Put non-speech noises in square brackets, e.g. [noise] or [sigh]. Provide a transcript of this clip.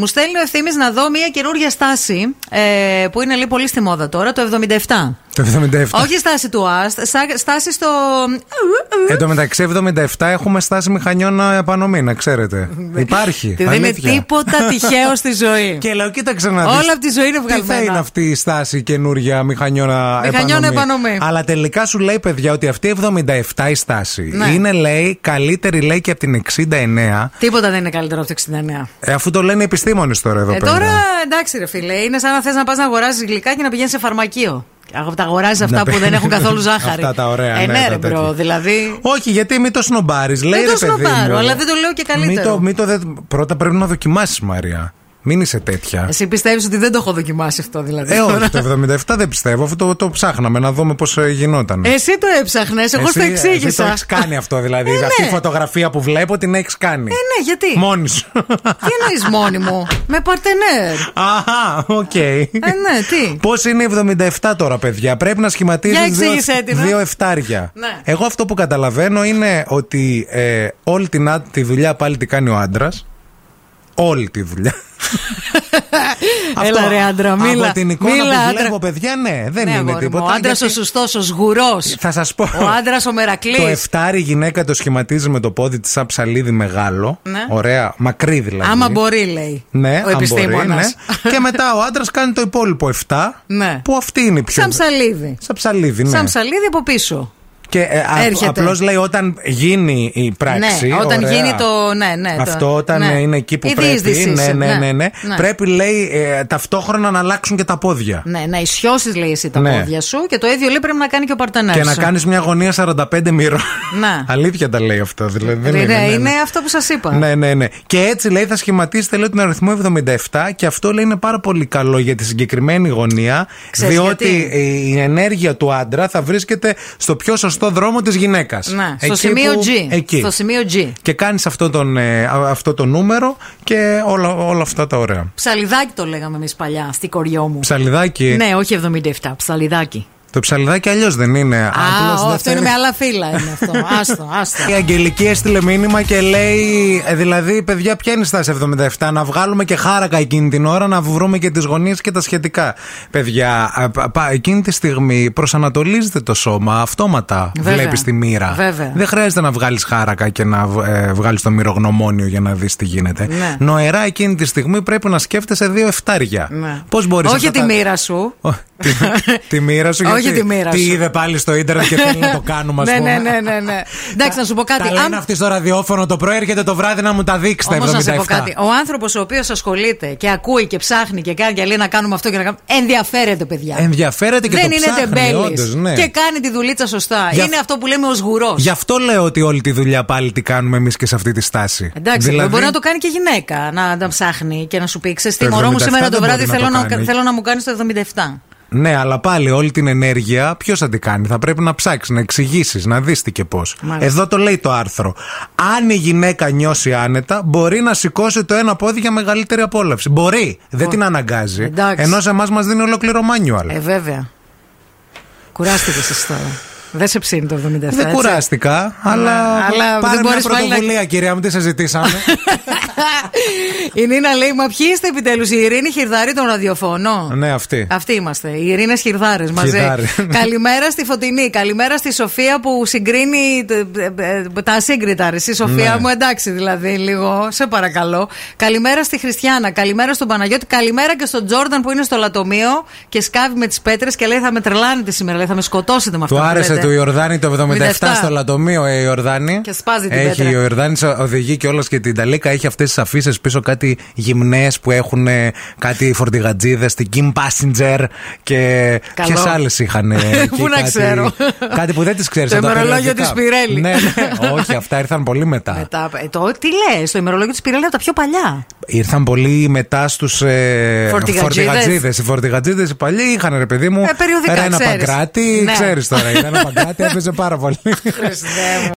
Μου στέλνει ο ευθύνη να δω μια καινούργια στάση ε, που είναι λίγο πολύ στη μόδα τώρα, το 77. Το 77. Όχι στάση του ΑΣΤ, στάση στο. Ε, Εν τω μεταξύ, 77 έχουμε στάση μηχανιών επανομή, να ξέρετε. Υπάρχει. Δεν Ναι. Δηλαδή, είναι αλήθεια. τίποτα τυχαίο στη ζωή. [laughs] Και λέω, κοίταξε να δεις, Όλα από τη ζωή είναι Τι θα είναι βγαλμένα. αυτή η στάση καινούρια μηχανιώνα Μηχανιώνα επανομή. Αλλά τελικά σου λέει, παιδιά, ότι αυτή η 77 η στάση Ναι. είναι, λέει, καλύτερη, λέει, και από την 69. Τίποτα δεν είναι καλύτερο από το 69. Ε, αφού το λένε οι επιστήμονες τώρα εδώ Ε, πέρα. τώρα εντάξει, ρε φίλε, είναι σαν να θες να πας να αγοράζει γλυκά και να πηγαίνεις σε φαρμακείο. Α, Τα αγοράζεις αυτά παι- που δεν έχουν καθόλου ζάχαρη. Αυτά τα ωραία, Ε, ναι, ναι, τα ρε, μπρο, τέτοια. δηλαδή. Όχι, γιατί μην το σνομπάρεις. Λέει το ρε παιδί σνομπάρω, μου. αλλά δεν το λέω και Μην καλύτερο. το, μην το δε- Πρώτα πρέπει να δοκιμάσεις, Μαρία. Μην είσαι τέτοια. Εσύ πιστεύεις ότι δεν το έχω δοκιμάσει αυτό, δηλαδή. Ε, τώρα. όχι, το 77 δεν πιστεύω. Αυτό το, το ψάχναμε να δούμε πώς γινόταν. Εσύ το έψαχνες, Ε, εγώ σου το Εσύ- ε, εσύ εξήγησα. το έχεις κάνει αυτό, δηλαδή. Ε, αυτή η ναι. φωτογραφία που βλέπω την έχεις κάνει. Ε, ναι, γιατί. Μόνη σου. Τι εννοείς μόνη μου. Με παρτενέρ. Αχά, οκ. Ε, ναι, τι. Πώς είναι η 77 τώρα, παιδιά. Πρέπει να Για σχηματίζουν δύο, εξήγησέ τη, ναι. δύο εφτάρια. Ναι. Εγώ αυτό που καταλαβαίνω είναι ότι ε, όλη την, α- τη δουλειά πάλι τη κάνει ο άντρας. Όλη τη δουλειά. Έλα Αυτό. ρε άντρα, μίλα. Από την εικόνα μίλα, που άντρα. βλέπω, παιδιά, ναι, δεν Ναι, είναι αγόρι μου, τίποτα. Ο άντρα γιατί- ο σωστός, ο σγουρό. Θα σας πω. Ο άντρας ο Το μερακλή. εφτάρι η γυναίκα το σχηματίζει με το πόδι της σαν ψαλίδι μεγάλο. Ναι. Ωραία, μακρύ δηλαδή. Άμα μπορεί, λέει. Ναι, ο αν μπορεί, επιστήμονας. ναι. [laughs] Και μετά ο άντρας κάνει το υπόλοιπο 7. Ναι. Που αυτή είναι η πιο. Σαν ψαλίδι. Σαν ψαλίδι, ναι. Σαν ψαλίδι από πίσω. Και ε, Έρχεται. απλώς λέει όταν γίνει η πράξη. Ναι, όταν ωραία. γίνει το- ναι, ναι, το- Αυτό όταν ναι. ε, είναι εκεί που Η πρέπει. διείσδυση Ναι, σου, ναι, ναι. ναι, ναι. Ναι. Πρέπει λέει ε, ταυτόχρονα να αλλάξουν και τα πόδια. Ναι, να ισιώσεις, λέει εσύ τα Ναι. πόδια σου και το ίδιο λέει πρέπει να κάνει και ο παρτενέρ. Και σου. να κάνεις μια γωνία 45 μοιρών. Ναι. Αλήθεια τα λέει αυτό. Δηλαδή, δεν Ρε, είναι, ναι, ναι, ναι. είναι αυτό που σας είπα. Ναι, ναι, ναι. Και έτσι λέει θα σχηματίσετε λέει, τον αριθμό 77 και αυτό λέει είναι πάρα πολύ καλό για τη συγκεκριμένη γωνία. Ξέρεις διότι γιατί? η- η ενέργεια του άντρα θα βρίσκεται στο πιο σωστό δρόμο της γυναίκας. Ναι, στο σημείο G. Εκεί. Στο σημείο G. Και κάνεις αυτό, τον, ε, α- αυτό το νούμερο και όλα, όλα αυτά τα ωραία. Ψαλιδάκι το λέγαμε εμείς παλιά, στη κοριό μου. Ψαλιδάκι. Ναι, όχι 77, ψαλιδάκι. Το ψαλιδάκι αλλιώς δεν είναι. Α, Απλώς ο, δεν αυτό είναι θέλει- με άλλα φύλλα είναι αυτό. [laughs] άστο, άστο. Η Αγγελική έστειλε μήνυμα και λέει: «Ε, Δηλαδή, παιδιά, ποια είναι η στάση 77, να βγάλουμε και χάρακα εκείνη την ώρα, να βρούμε και τις γωνίες και τα σχετικά. Παιδιά, α, πα- πα- εκείνη τη στιγμή προσανατολίζεται το σώμα αυτόματα. Βέβαια. Βλέπεις τη μοίρα. Βέβαια. Δεν χρειάζεται να βγάλεις χάρακα και να ε, βγάλεις το μυρογνωμόνιο για να δεις τι γίνεται. Ναι. Νοερά εκείνη τη στιγμή πρέπει να σκέφτεσαι δύο εφτάρια. Ναι. Πώς μπορείς Όχι τη μοίρα σου. τη, τη μοίρα σου, [laughs] Όχι γιατί τη μοίρα τι σου. είδε πάλι στο ίντερνετ και θέλει να το κάνουμε, [laughs] ας ναι, πούμε. ναι, ναι, ναι, ναι. Εντάξει, να σου πω κάτι. Τα λένε Αν- αυτοί στο ραδιόφωνο το πρωί, έρχεται το βράδυ να μου τα δείξετε. Όμως να σε πω 77. κάτι. Ο άνθρωπος ο οποίος ασχολείται και ακούει και ψάχνει και κάνει και λέει να κάνουμε αυτό και να κάνουμε. Ενδιαφέρεται, παιδιά. Ενδιαφέρεται και Δεν το είναι ψάχνει, τεμπέλης όντως, ναι. Και κάνει τη δουλίτσα σωστά. Για- Είναι αυτό που λέμε ο γουρός. Γι' αυτό λέω ότι όλη τη δουλειά πάλι τι κάνουμε εμείς και σε αυτή τη στάση. Δηλαδή, Εντάξει, μπορεί να το κάνει και γυναίκα να, να ψάχνει και να σου πει: Ξέρεις τι, Το μωρό μου 77 σήμερα το δεν βράδυ μπορεί να θέλω το να, κάνει. θέλω να μου κάνεις το 77. Ναι, αλλά πάλι όλη την ενέργεια ποιος θα την κάνει. Θα πρέπει να ψάξεις, να εξηγήσεις, να δεις τι και πώς. Μάλιστα. Εδώ το λέει το άρθρο. Αν η γυναίκα νιώσει άνετα, μπορεί να σηκώσει το ένα πόδι για μεγαλύτερη απόλαυση. Μπορεί. Δεν την αναγκάζει. Εντάξει. Ενώ σε εμάς μας δίνει ολόκληρο manual. Ε, βέβαια. Κουράστηκες εσύ τώρα. Δεν σε ψήνει το 77. Δεν έτσι. κουράστηκα, αλλά, αλλά πάρε δεν μια μπορείς πάλι να- πρωτοβουλία, κυρία μου, τι συζητήσαμε. [laughs] [laughs] Η Νίνα λέει: Μα ποιοι είστε επιτέλους, η Ειρήνη Χιρδάρη των ραδιοφωνών. ναι, αυτή. Αυτοί είμαστε. Οι Ειρήνες Χιρδάρες μαζί. Χιρδάρη. Καλημέρα στη Φωτεινή. Καλημέρα στη Σοφία που συγκρίνει ε, ε, ε, τα ασύγκριτα. ρε. Εσύ, Σοφία Ναι. μου, εντάξει δηλαδή, λίγο. Σε παρακαλώ. Καλημέρα στη Χριστιανά. Καλημέρα στον Παναγιώτη. Καλημέρα και στον Τζόρνταν που είναι στο λατομείο και σκάβει με τις πέτρες και λέει: Θα με τρελάνετε σήμερα, λέει, θα με σκοτώσετε με αυτό. Του άρεσε του Ιορδάνη το 77 στο 77. λατομείο, ε, η Ιορδάνη. Και σπάζει την Έχει, πέτρα. η Ιορδάνη οδηγεί κιόλα και την Ταλίκα. Έχει αυτές τις αφήσεις πίσω κάτι γυμνές που έχουν ε, κάτι φορτηγατζίδες, την Kim Passenger και. Καλό. Ποιες άλλες [laughs] είχαν. ε, εκεί, Πού να κάτι- ξέρω. Κάτι που δεν τις ξέρεις. Το ημερολόγιο της Πιρέλη. Ναι, ναι, όχι, αυτά ήρθαν πολύ μετά. Μετά, ε, το, τι λες, το ημερολόγιο της Πυρέλα από τα πιο παλιά. Ήρθαν πολύ μετά στους ε, Φορτηγατζίδες. φορτηγατζίδες. Οι φορτηγατζίδες οι παλιοί είχαν ρε παιδί μου. Ε, περιοδικά, ένα ξέρεις. παγκράτη, Ναι. [laughs] Ε, ξέρεις τώρα. Ήταν ένα παγκράτη, έπαιζε πάρα πολύ. Χριστέ μου.